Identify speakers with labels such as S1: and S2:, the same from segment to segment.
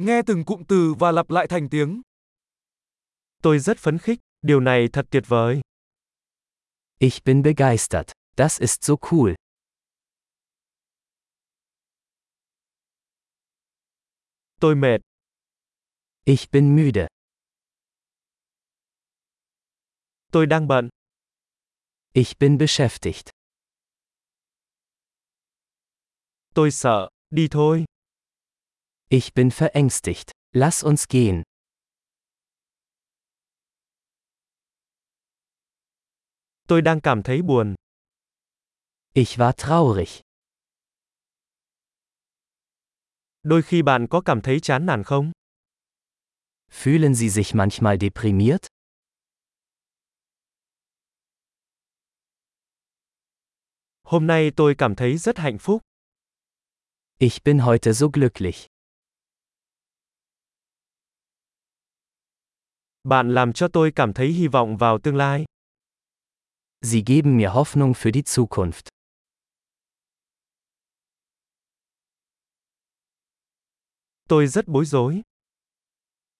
S1: Nghe từng cụm từ và lặp lại thành tiếng.
S2: Tôi rất phấn khích, điều này thật tuyệt vời.
S3: Ich bin begeistert. Das ist so cool.
S2: Tôi mệt,
S3: Ich bin müde.
S2: tôi đang bận,
S3: Ich bin beschäftigt.
S2: tôi sợ, đi thôi.
S3: Ich bin verängstigt. Lass uns gehen.
S2: Tôi đang cảm thấy buồn,
S3: Ich war traurig.
S2: đôi khi bạn có cảm thấy chán nản không?
S3: Fühlen Sie sich manchmal deprimiert?
S2: Hôm nay tôi cảm thấy rất hạnh phúc,
S3: Ich bin heute so glücklich.
S2: bạn làm cho tôi cảm thấy hy vọng vào tương lai.
S3: Sie geben mir Hoffnung für die Zukunft.
S2: Tôi rất bối rối,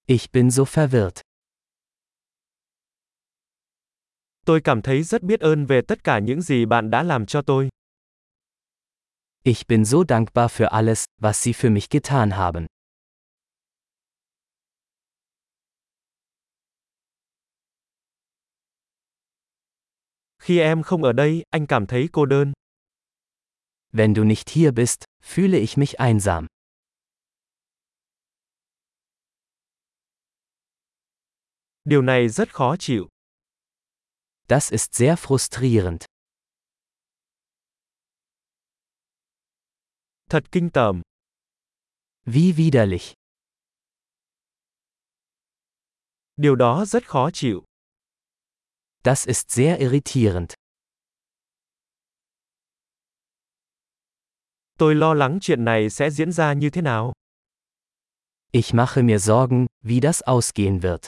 S3: Ich bin so verwirrt.
S2: tôi cảm thấy rất biết ơn về tất cả những gì bạn đã làm cho tôi.
S3: Ich bin so dankbar für alles, was Sie für mich getan haben.
S2: Khi em không ở đây, anh cảm thấy cô đơn.
S3: Wenn du nicht hier bist, fühle ich mich einsam.
S2: Điều này rất khó chịu.
S3: Das ist sehr frustrierend.
S2: Thật kinh tởm,
S3: Wie widerlich.
S2: điều đó rất khó chịu.
S3: Das ist sehr irritierend.
S2: Tôi lo lắng chuyện này sẽ diễn ra như thế nào.
S3: Ich mache mir Sorgen, wie das ausgehen wird.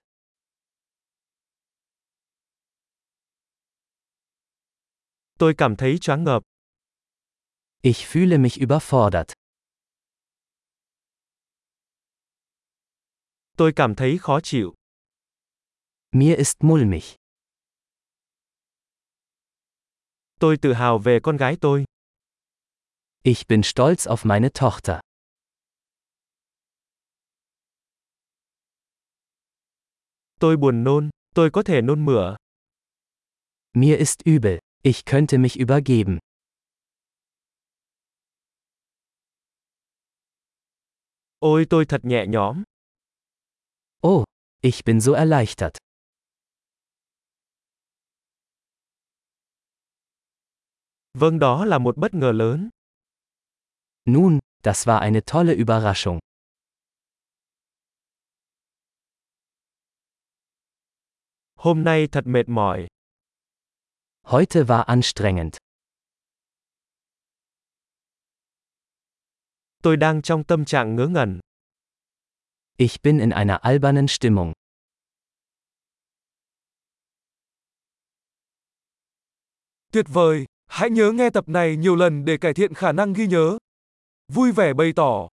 S2: Tôi cảm thấy choáng ngợp,
S3: Ich fühle mich überfordert.
S2: tôi cảm thấy khó chịu,
S3: Mir ist mulmig.
S2: tôi tự hào về con gái tôi,
S3: Ich bin stolz auf meine Tochter.
S2: tôi buồn nôn, tôi có thể nôn mửa,
S3: Mir ist übel. Ich könnte mich übergeben.
S2: ôi tôi thật nhẹ nhõm,
S3: Oh, ich bin so erleichtert.
S2: vâng đó là một bất ngờ lớn,
S3: Nun, das war eine tolle Überraschung.
S2: hôm nay thật mệt mỏi,
S3: Heute war anstrengend.
S2: tôi đang trong tâm trạng ngớ ngẩn,
S3: Ich bin in einer albernen Stimmung.
S1: Tuyệt vời, hãy nhớ nghe tập này nhiều lần để cải thiện khả năng ghi nhớ. Vui vẻ bày tỏ